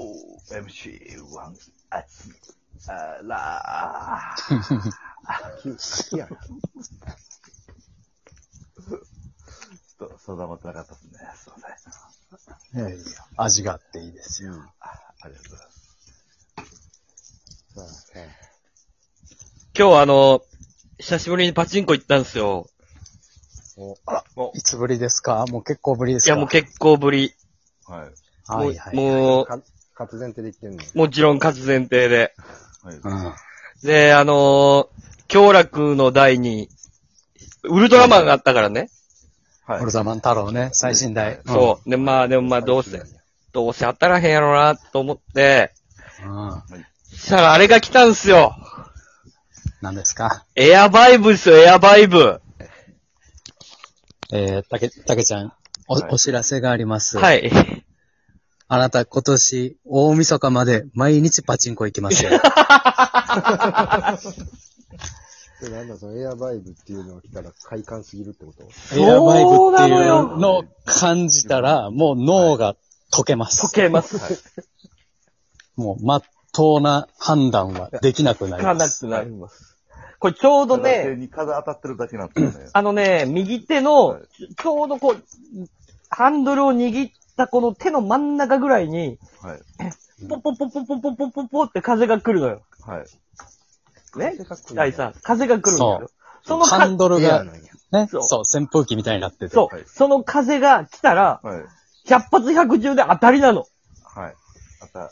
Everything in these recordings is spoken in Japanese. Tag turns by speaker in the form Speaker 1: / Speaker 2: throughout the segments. Speaker 1: 4MC1 アキアラー。
Speaker 2: 秋、秋やな。
Speaker 1: ちょっと定まってなかったですね。すいません。
Speaker 3: いやいや、味があっていいですよ。
Speaker 1: ありがとうございます。
Speaker 2: そうですね。
Speaker 4: 今日あの、久しぶりにパチンコ行ったんですよ。
Speaker 3: いつぶりですかもう結構ぶりです
Speaker 4: い
Speaker 3: か
Speaker 4: やもう結構ぶり。
Speaker 1: はい。
Speaker 3: 構。はいはい。
Speaker 4: もう、
Speaker 2: か活前提で言ってんの。
Speaker 4: もちろん勝つ前提で。
Speaker 1: はい。
Speaker 3: う
Speaker 1: あ
Speaker 3: ん。
Speaker 4: で、あのー、京楽の台に、ウルトラマンがあったからね。
Speaker 1: はい
Speaker 3: オルザマン太郎ね、最新代。
Speaker 4: そう。で、まあ、でもまあ、どうせ、どうせ当たらへんやろな、と思って、
Speaker 3: うん。うん。
Speaker 4: したらあれが来たんすよ。
Speaker 3: 何ですか
Speaker 4: エアバイブですよ、エアバイブ。
Speaker 3: えー、たけ、たけちゃん、お、
Speaker 1: はい
Speaker 3: お知らせがあります。い。
Speaker 4: はい。
Speaker 3: あなた今年、大晦日まで毎日パチンコ行きますよ。
Speaker 2: で、なんだ、そのエアバイブっていうのを来たら快感すぎるってこと
Speaker 3: エアバイブってい
Speaker 4: そうなの
Speaker 3: う
Speaker 4: よ
Speaker 3: のを感じたら、もう脳が溶けます。
Speaker 4: 溶けます。
Speaker 3: もう、まっとうな判断はできなくなり
Speaker 4: か
Speaker 3: ま
Speaker 4: な
Speaker 3: す。
Speaker 4: くなります。これちょうど
Speaker 1: ただ手
Speaker 4: ね、
Speaker 1: に風当たってるだけなんですね。
Speaker 4: あのね、右手の、ちょうどこう、ハンドルを握ったこの手の真ん中ぐらいに、
Speaker 1: はい。
Speaker 4: ポポポポポポポポポって風が来るのよ。
Speaker 1: はい。
Speaker 4: ね
Speaker 2: 風が来るの
Speaker 4: 大さん。風が来るんですよ。その
Speaker 3: ハン
Speaker 4: か、
Speaker 3: ドル
Speaker 2: エア
Speaker 3: が
Speaker 2: な、んや。
Speaker 3: ね、
Speaker 4: そう
Speaker 3: そう、扇風機みたいになってて。
Speaker 4: そう、その風が来たら、
Speaker 1: はい。
Speaker 4: 100発110で当たりなの。
Speaker 1: はい。また、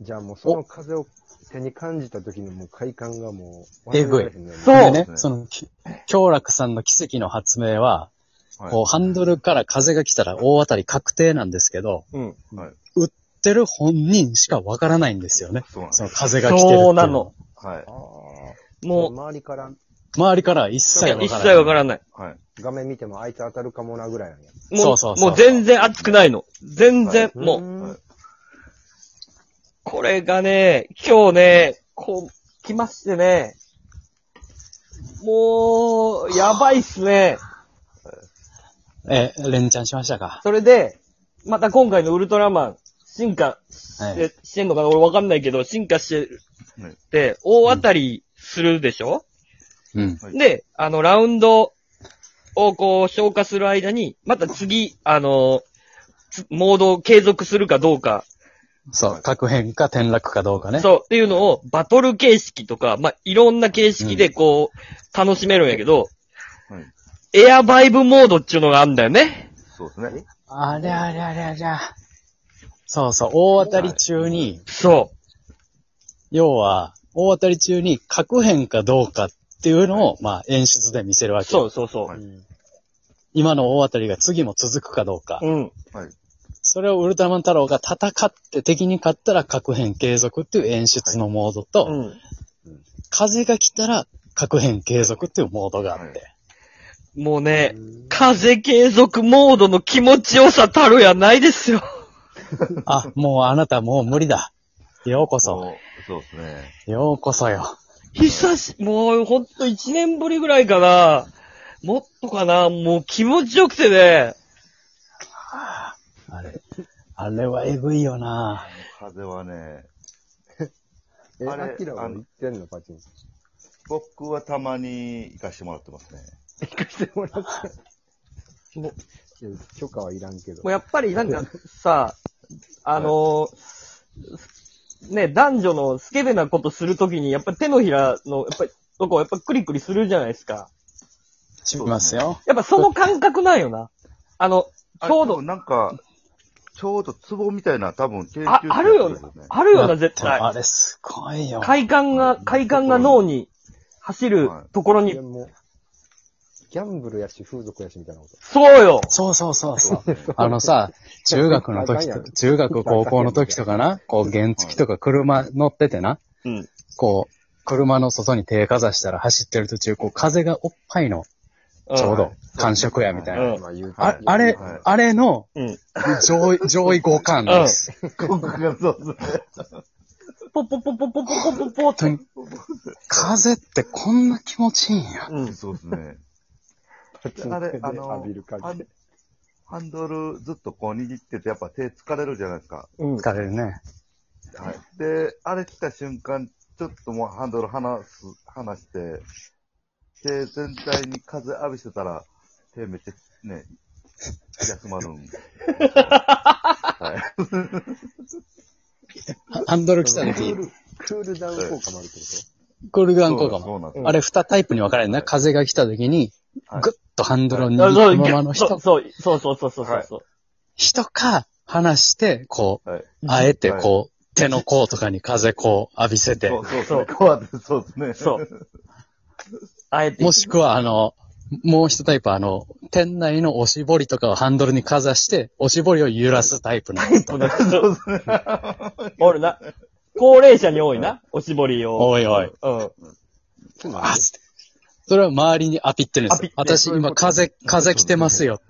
Speaker 2: じゃあもうその風を手に感じた時のもう快感がもう忘
Speaker 3: えぐい
Speaker 2: れられへんね。
Speaker 4: そう
Speaker 3: でね
Speaker 1: そ、う
Speaker 3: その、き京楽さんの奇跡の発明は、
Speaker 1: はい。
Speaker 3: こう、ハンドルから風が来たら大当たり確定なんですけど、
Speaker 4: うん。
Speaker 1: はい。
Speaker 3: 売ってる本人しかわからないんですよね。
Speaker 1: そうなんです
Speaker 3: その風が来てるってい
Speaker 4: そううなの。
Speaker 1: はい。
Speaker 2: ああ。もう
Speaker 4: も
Speaker 2: 周りから
Speaker 3: 周りからは一
Speaker 4: う、
Speaker 3: 切わからない。
Speaker 4: 一切わからない。
Speaker 1: はい。
Speaker 2: 画面見てもあいつ当たるかもなぐらいなんや。
Speaker 4: もう、
Speaker 3: そうそうそう
Speaker 4: もう全然熱くないの。全然、もう、
Speaker 2: ーん
Speaker 4: これがね、今日ね、こう、来ましてね、もう、やばいっすね。
Speaker 3: え、連チャンしましたか
Speaker 4: それで、また今回のウルトラマン、進化して,、
Speaker 3: は
Speaker 4: してんのかな俺わかんないけど、進化して
Speaker 1: はい
Speaker 4: て、大当たりするでしょ、
Speaker 3: うん。
Speaker 1: うん
Speaker 4: で、あの、ラウンドをこう、消化する間に、また次、あの、つモードを継続するかどうか、
Speaker 3: そう、確変か転落かどうかね。
Speaker 4: そう、っていうのを、バトル形式とか、まあ、いろんな形式でこう、楽しめるんやけど、
Speaker 1: はい
Speaker 4: エアバイブモードっていうのがあるんだよね。
Speaker 1: そうですね。
Speaker 3: ありゃありゃありゃありゃ。そうそう、大当たり中に、
Speaker 4: そ
Speaker 3: 要は、大当たり中に確変かどうかっていうのを、まあ演出で見せるわ
Speaker 4: う。
Speaker 3: け。
Speaker 4: そうそうそ
Speaker 1: はい
Speaker 3: 今の大当たりが次も続くかどうか
Speaker 4: う。。うん。
Speaker 1: はい。
Speaker 3: それをウルトラマン太郎が戦って敵に勝ったら確変継続っていう演出のモードと、
Speaker 4: うん。
Speaker 3: 風が来たら確変継続っていうモードがあって。
Speaker 4: もうね、風継続モードの気持ちよさたるやないですよ。
Speaker 3: あ、もうあなたもう無理だ。ようこそ。
Speaker 1: もうそうですね。
Speaker 3: ようこそよ。
Speaker 4: 久し、もうほんと一年ぶりぐらいかな。もっとかな。もう気持ちよくてね。
Speaker 3: あれ、あれはえぐいよな
Speaker 1: 風はね、
Speaker 2: え、
Speaker 1: あれ
Speaker 2: アキラは行ってんのパチンコ。
Speaker 1: 僕はたまに行かしてもらってますね。
Speaker 2: 行かしてもらって。
Speaker 4: も
Speaker 2: いや許可はいらんけど
Speaker 4: もう。やっぱりなんかさ、あのね、男女のスケベなことするときに、やっぱ手のひらの、やっぱり、とこやっぱクリクリするじゃないですか。
Speaker 3: しますよ。
Speaker 4: やっぱその感覚なんよな。あの、ちょう
Speaker 1: あ
Speaker 4: ど、
Speaker 1: なんか、ちょうど壺みたいな、多分、定
Speaker 4: あ、あるよね。あるよな、絶対。
Speaker 3: あれすごいよ。
Speaker 4: 快感が、快感が脳に走るところ
Speaker 2: い
Speaker 4: に
Speaker 2: や、もう、ギャンブルやし、風俗やしみたいなこと。
Speaker 4: そうよ
Speaker 3: そうそうそうそう。あのさ、中学の時と、中学高校の時とかな、こう原付とか車乗っててな、
Speaker 4: うん。
Speaker 3: こう、車の外に手かざしたら走ってる途中、こう風がおっぱいのちょうど感触やみたいな。
Speaker 4: うん
Speaker 2: まあ言うて
Speaker 3: ああれ
Speaker 1: はい、
Speaker 3: あれの
Speaker 4: うん。
Speaker 3: 上位、上位互換です。
Speaker 1: 広告がそうですね。
Speaker 4: ポポポポポポポポポっ
Speaker 3: 本
Speaker 4: て。
Speaker 3: 当に風ってこんな気持ちいいんや。
Speaker 4: うん。
Speaker 1: そうですね。
Speaker 2: パチンコ
Speaker 1: あ
Speaker 2: で
Speaker 1: れ、あの
Speaker 2: 浴びる感じ。、
Speaker 5: ハンドルずっとこう握ってて、やっぱ手疲れるじゃないですか。
Speaker 4: うん。
Speaker 3: 疲れるね。
Speaker 5: はい。で、あれ来た瞬間、ちょっともうハンドル離す、離して、手全体に風浴びせたら、手めっちゃね、休まるん。はい。
Speaker 3: ハハンドル来た
Speaker 2: クー
Speaker 3: 時、
Speaker 2: ル、クールダウン効果もあるってこ
Speaker 3: クールダウン効果
Speaker 5: そうな
Speaker 3: も。
Speaker 5: んです。
Speaker 3: あれ、二タイプに分かれるね。風が来た時に、
Speaker 5: はい
Speaker 3: ぐっとハンドルを
Speaker 4: あ
Speaker 3: 握
Speaker 4: そ
Speaker 3: る
Speaker 4: う
Speaker 3: ままの
Speaker 4: そ
Speaker 3: 人
Speaker 4: う、そう、そうそうそうそうそうそう。
Speaker 3: 人か、話して、こ
Speaker 5: はい。
Speaker 3: う、あえて
Speaker 5: はい
Speaker 3: こう、手の甲とかに風こう浴びせて
Speaker 5: そ、うそうそう。こうやって、そうですね。
Speaker 4: そう。あえて。
Speaker 3: もしくはあの、もう一タイプはあの、店内のおしぼりとかをハンドルにかざして、おしぼりを揺らすタイプの人。
Speaker 4: そうですね。おるな。高齢者に多いな、おしぼりを。
Speaker 3: おいおい。
Speaker 4: うん。
Speaker 2: と
Speaker 3: あつって。それは周りにアピってるんです
Speaker 4: アピっ
Speaker 3: よ
Speaker 4: て。
Speaker 3: 私今風、風来てますよ。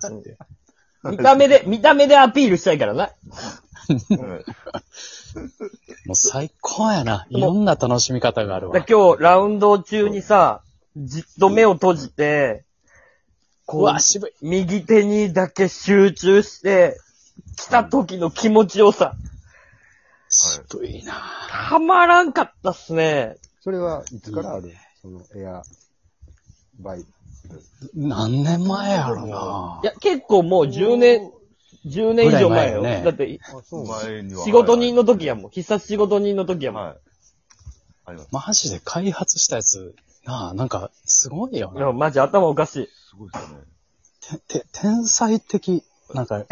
Speaker 4: 見た目で、見た目でアピールしたいからな。
Speaker 5: はい
Speaker 3: もう最高やな。いろんな楽しみ方がある
Speaker 4: だ
Speaker 3: わ。
Speaker 4: 今日、ラウンド中にさ、じっと目を閉じて、
Speaker 3: うわ、渋い。
Speaker 4: 右手にだけ集中して、来た時の気持ちよさ、
Speaker 3: 渋いな。
Speaker 4: たまらんかったっすね。。
Speaker 2: それはいつからあるそのエア、バイ。
Speaker 3: 何年前やろない
Speaker 4: や、結構もう10年、10年以上前
Speaker 3: ぐらい
Speaker 4: よ。
Speaker 3: 前よね
Speaker 4: だって、
Speaker 2: あ、そうなん
Speaker 5: 前には
Speaker 4: 仕事人の時やもん。必殺仕事人の時やもん。
Speaker 5: はい。あります。
Speaker 3: マジで開発したやつ、なあ、なんか、すごいよ
Speaker 4: い
Speaker 3: な。
Speaker 4: や、マジ頭おかしい。
Speaker 5: すごいですね。
Speaker 3: て、て天才的、なんか、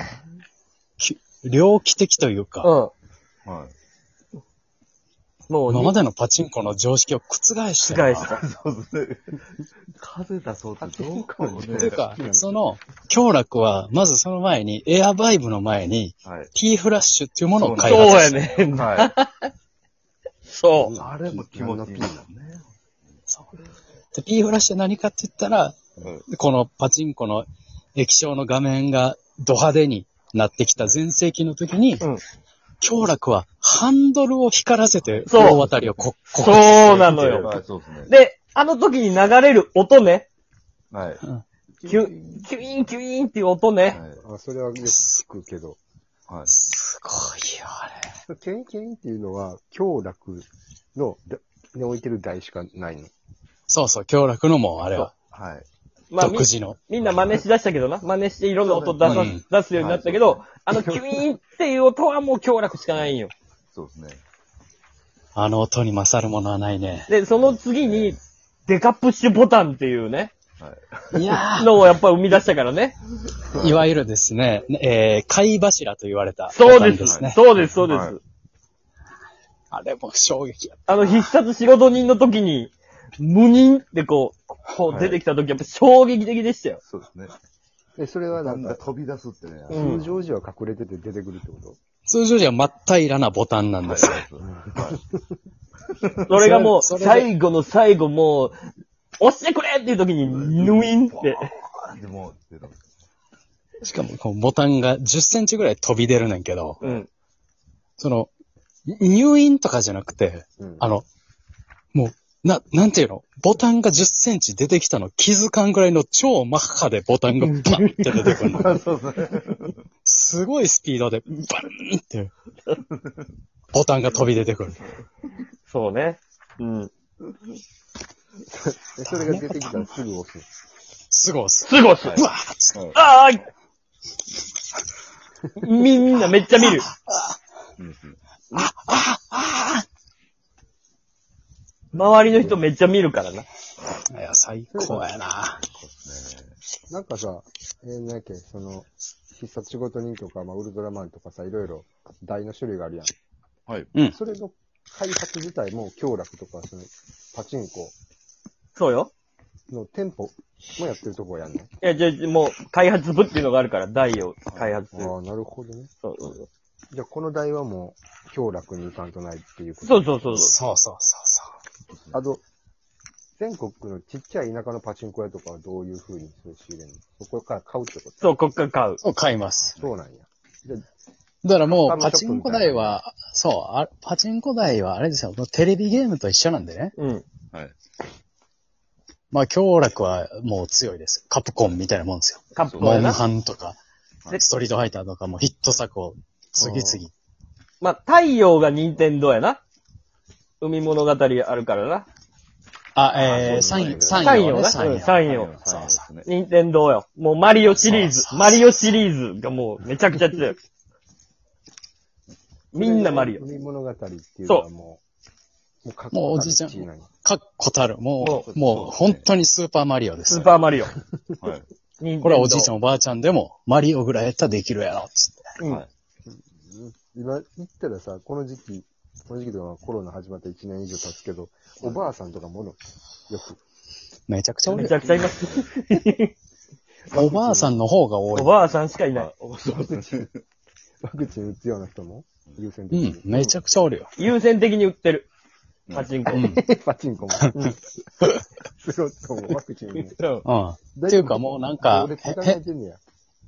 Speaker 3: き猟奇的というか、
Speaker 4: うん。
Speaker 5: はい。
Speaker 4: もう、
Speaker 3: 今までのパチンコの常識を覆して
Speaker 4: 返した。
Speaker 5: そうですね。風出そうってどうかもね。
Speaker 3: っていうか、その、強楽は、まずその前に、エアバイブの前に、
Speaker 5: はい。
Speaker 3: T フラッシュっていうものを開
Speaker 4: そう
Speaker 3: 発
Speaker 4: や
Speaker 3: した。
Speaker 4: ね。
Speaker 5: は
Speaker 4: そ
Speaker 5: い。あれも気持ちいいんだね。
Speaker 3: で T フラッシュ何かって言ったら、
Speaker 5: うん
Speaker 3: このパチンコの液晶の画面がド派手になってきた前世紀の時に、
Speaker 4: うん
Speaker 3: 強楽はハンドルを光らせて、
Speaker 4: そ
Speaker 3: 大
Speaker 4: う
Speaker 3: 当たりをこ、
Speaker 4: う。
Speaker 3: こ
Speaker 4: そうなのよ。
Speaker 5: はい、そうですね。
Speaker 4: で、あの時に流れる音ね。
Speaker 5: はい。はい。
Speaker 4: キュ、キュインキュインっていう音ね。
Speaker 2: あ、それはよく聞くけど。
Speaker 5: はい。
Speaker 3: すごいよ、あれ。
Speaker 2: ケンケンっていうのは、京楽の、だに置いてる台しかないの。
Speaker 3: そうそう、強楽のもうあれは、
Speaker 5: はい。
Speaker 4: まあ、み
Speaker 3: 独自の。
Speaker 4: みんな真似しだしたけどな。真似していろんな音出さ、
Speaker 3: うん
Speaker 4: 出すようになったけど、あのキュイーンっていう音はもう強楽しかないんよ。
Speaker 5: そうですね。
Speaker 3: あの音に勝るものはないね。
Speaker 4: で、その次に、デカプッシュボタンっていうね、
Speaker 5: はい。
Speaker 3: いや
Speaker 4: のをやっぱり生み出したからね。
Speaker 3: ー、いわゆるですね、えー、貝柱と言われた。
Speaker 4: そう
Speaker 3: ボタン
Speaker 4: です。
Speaker 3: ね。
Speaker 4: そうです、そうです。
Speaker 5: はい
Speaker 3: あれも衝撃やっ
Speaker 4: あの、必殺仕事人の時に、無人ってこう、こう出てきた時、やっぱ衝撃的でしたよ。
Speaker 5: そうですね。
Speaker 2: え、それはな
Speaker 5: なんんか
Speaker 2: か、
Speaker 5: 飛び出すってね。
Speaker 4: う
Speaker 2: 通
Speaker 4: ん
Speaker 2: 常時は隠れてて出てくるってこと
Speaker 3: た。通常じゃ真っ平らなボタンなんですよ。
Speaker 4: それがもう、
Speaker 3: それそれで
Speaker 4: 最後の最後もう、押してくれっていう時に、ヌインって。
Speaker 5: はい。でも、ってな
Speaker 3: しかも、こうボタンが10センチぐらい飛び出るねんけど、
Speaker 4: うん。
Speaker 3: その、入院とかじゃなくて、
Speaker 2: うん
Speaker 3: あの、もう、な、なんていうのボタンが10センチ出てきたの気づかんぐらいの超マッハでボタンがバンって出てくるの。すごいスピードでバンって、ボタンが飛び出てくる。
Speaker 4: そうね。うん。
Speaker 2: え、それが出てきたらすぐ押す。
Speaker 3: すごいっす。
Speaker 4: すぐ押す。
Speaker 3: うわーっつって
Speaker 4: あーいみ、みんなめっちゃ 見る。
Speaker 5: うんですね。
Speaker 4: 周りの人めっちゃ見るからな。
Speaker 3: いや、最高やな。
Speaker 2: なんかさ、えー、なんやっけ、その、必殺仕事人とか、まあ、ウルトラマンとかさ、いろいろ台の種類があるやん。
Speaker 5: はい。
Speaker 3: うん。
Speaker 2: それの開発自体も、京楽とか、その、パチンコ
Speaker 4: そうよ。
Speaker 2: の店舗もやってるとこやんね。
Speaker 4: いや、じゃあもう、開発部っていうのがあるから、台を開発する。
Speaker 2: ああ、なるほどね。
Speaker 4: そうそう
Speaker 2: じゃあ、この台はもう、京楽に行かんとないっていうこと。
Speaker 4: そうそうそうそう。
Speaker 3: そうそうそうそ
Speaker 2: あと、全国のちっちゃい田舎のパチンコ屋とかはどういう風にそれ仕入れるのそこから買うってこと
Speaker 4: そう、こっから買う
Speaker 3: う。。そう、買います。
Speaker 2: そうなんや。
Speaker 3: だからもう、パチンコ台は、そう、あパチンコ台はあれですよ、もうテレビゲームと一緒なんでね。
Speaker 4: うん。
Speaker 5: はい。
Speaker 3: まあ、強楽はもう強いです。カプコンみたいなもんですよ。
Speaker 4: カップ
Speaker 3: モ
Speaker 4: は
Speaker 3: ン
Speaker 4: な。
Speaker 3: ハンとか、
Speaker 5: はい
Speaker 3: ストリートファイターとかもヒット作を次々。
Speaker 4: まあ、太陽が任天堂やな。海物語あるからな。
Speaker 3: あ、えー、
Speaker 5: そう
Speaker 3: 三
Speaker 5: で
Speaker 3: 位、
Speaker 5: すね
Speaker 3: 三位をね、
Speaker 4: 三
Speaker 3: 三
Speaker 4: 位
Speaker 3: 位を。
Speaker 4: をね三位
Speaker 5: よ
Speaker 4: を。
Speaker 5: そうですね。
Speaker 4: 任天堂よ。もうマリオシリー
Speaker 3: そ
Speaker 4: ズ
Speaker 3: うそうそ。う
Speaker 4: マリオシリーズがもうめちゃくちゃ強い。みんなマリオ。
Speaker 2: 海物語っていうのはもう、もうかっこ
Speaker 3: もうおじいちゃん
Speaker 2: いいなに
Speaker 3: かっこたる。も
Speaker 5: そう
Speaker 3: う、もう本当にスーパーマリオです。
Speaker 4: スーパーマリオ。
Speaker 5: はい。
Speaker 3: これはおじいちゃん
Speaker 4: ん。
Speaker 3: おばあちゃんでも、マリオぐらいやったらできるやろ、つって。
Speaker 4: うん
Speaker 5: はい
Speaker 2: 今言ったらさ、この時期、この時期とかコロナ始まって1年以上経つけど、おばあさんとかもの、よく。
Speaker 3: めちゃくちゃお
Speaker 4: め
Speaker 3: る
Speaker 4: ちゃくちゃいます。
Speaker 3: おばあさんの方が多
Speaker 4: お
Speaker 3: い。
Speaker 4: ばあさんしかいない。
Speaker 2: ワクチン打つような人も、優先
Speaker 3: う
Speaker 2: 的
Speaker 3: ん、
Speaker 2: に。
Speaker 3: めちゃくちゃおるよ。
Speaker 4: 優先的に売ってる。
Speaker 5: うん
Speaker 4: パチンコ。
Speaker 3: う ん。
Speaker 2: パチンコも。 スロットもワクチンも。
Speaker 3: うん。っていうかもうなんか
Speaker 2: 俺考えてんねや。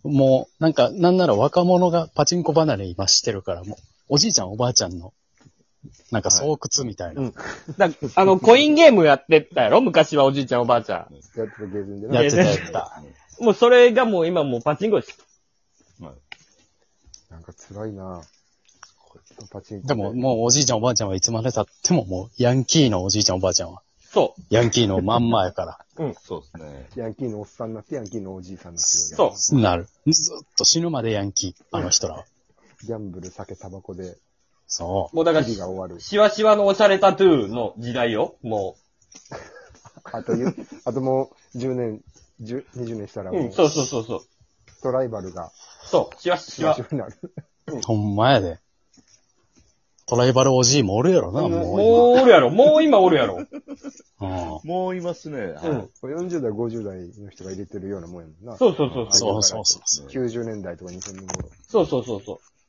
Speaker 3: もう、なんか、なんなら若者がパチンコ離れ今してるから、もう、おじいちゃんおばあちゃんの、なんか巣窟みたいな。
Speaker 4: うんだあの、コインゲームやってたやろ昔はおじいちゃんおばあちゃ
Speaker 2: やってたゲームで
Speaker 3: や
Speaker 2: な。
Speaker 3: ってたやってた。
Speaker 4: ん。もうそれがもう今もうパチンコです。
Speaker 5: はい
Speaker 2: なんか辛いなパチンコ。
Speaker 3: でも、もうおじいちゃんおばあちゃんはいつまで経ってももう、ヤンキーのおじいちゃんおばあちゃんは、
Speaker 4: そ
Speaker 3: ヤンキーのまんまやから、
Speaker 5: そうですね。
Speaker 2: ヤンキーのおっさんになって、ヤンキーのおじいさんになって
Speaker 4: う。そう。
Speaker 3: なる。ずっと死ぬまでヤンキー、あの人らは。
Speaker 2: ギャンブル、酒、タバコで、
Speaker 3: そう。
Speaker 4: もうだから
Speaker 2: 日、々が終わる。
Speaker 4: シワシワのオシャレタトゥーの時代よ。も
Speaker 2: あとゆ、あともう10年、10 20年したら
Speaker 4: う。う
Speaker 2: も
Speaker 4: ん、そう
Speaker 2: う、
Speaker 4: そうそうそう。
Speaker 2: トライバルが、
Speaker 4: そう、シワシワ。
Speaker 2: になる。
Speaker 3: ほんまやで。トライバルおじいもおるやろな、も
Speaker 4: もうおるやろ。もう今おる やろ。
Speaker 3: う今。
Speaker 5: もういますね。
Speaker 4: う
Speaker 5: は
Speaker 4: ん
Speaker 5: い。。
Speaker 2: これ40代、50代の人が入れてるようなもんやもんな。
Speaker 4: そうそうそう
Speaker 3: うん。
Speaker 4: そう。
Speaker 3: そうそうそうそう。
Speaker 2: 90年代とか2000年頃。
Speaker 4: そうそうそうそう。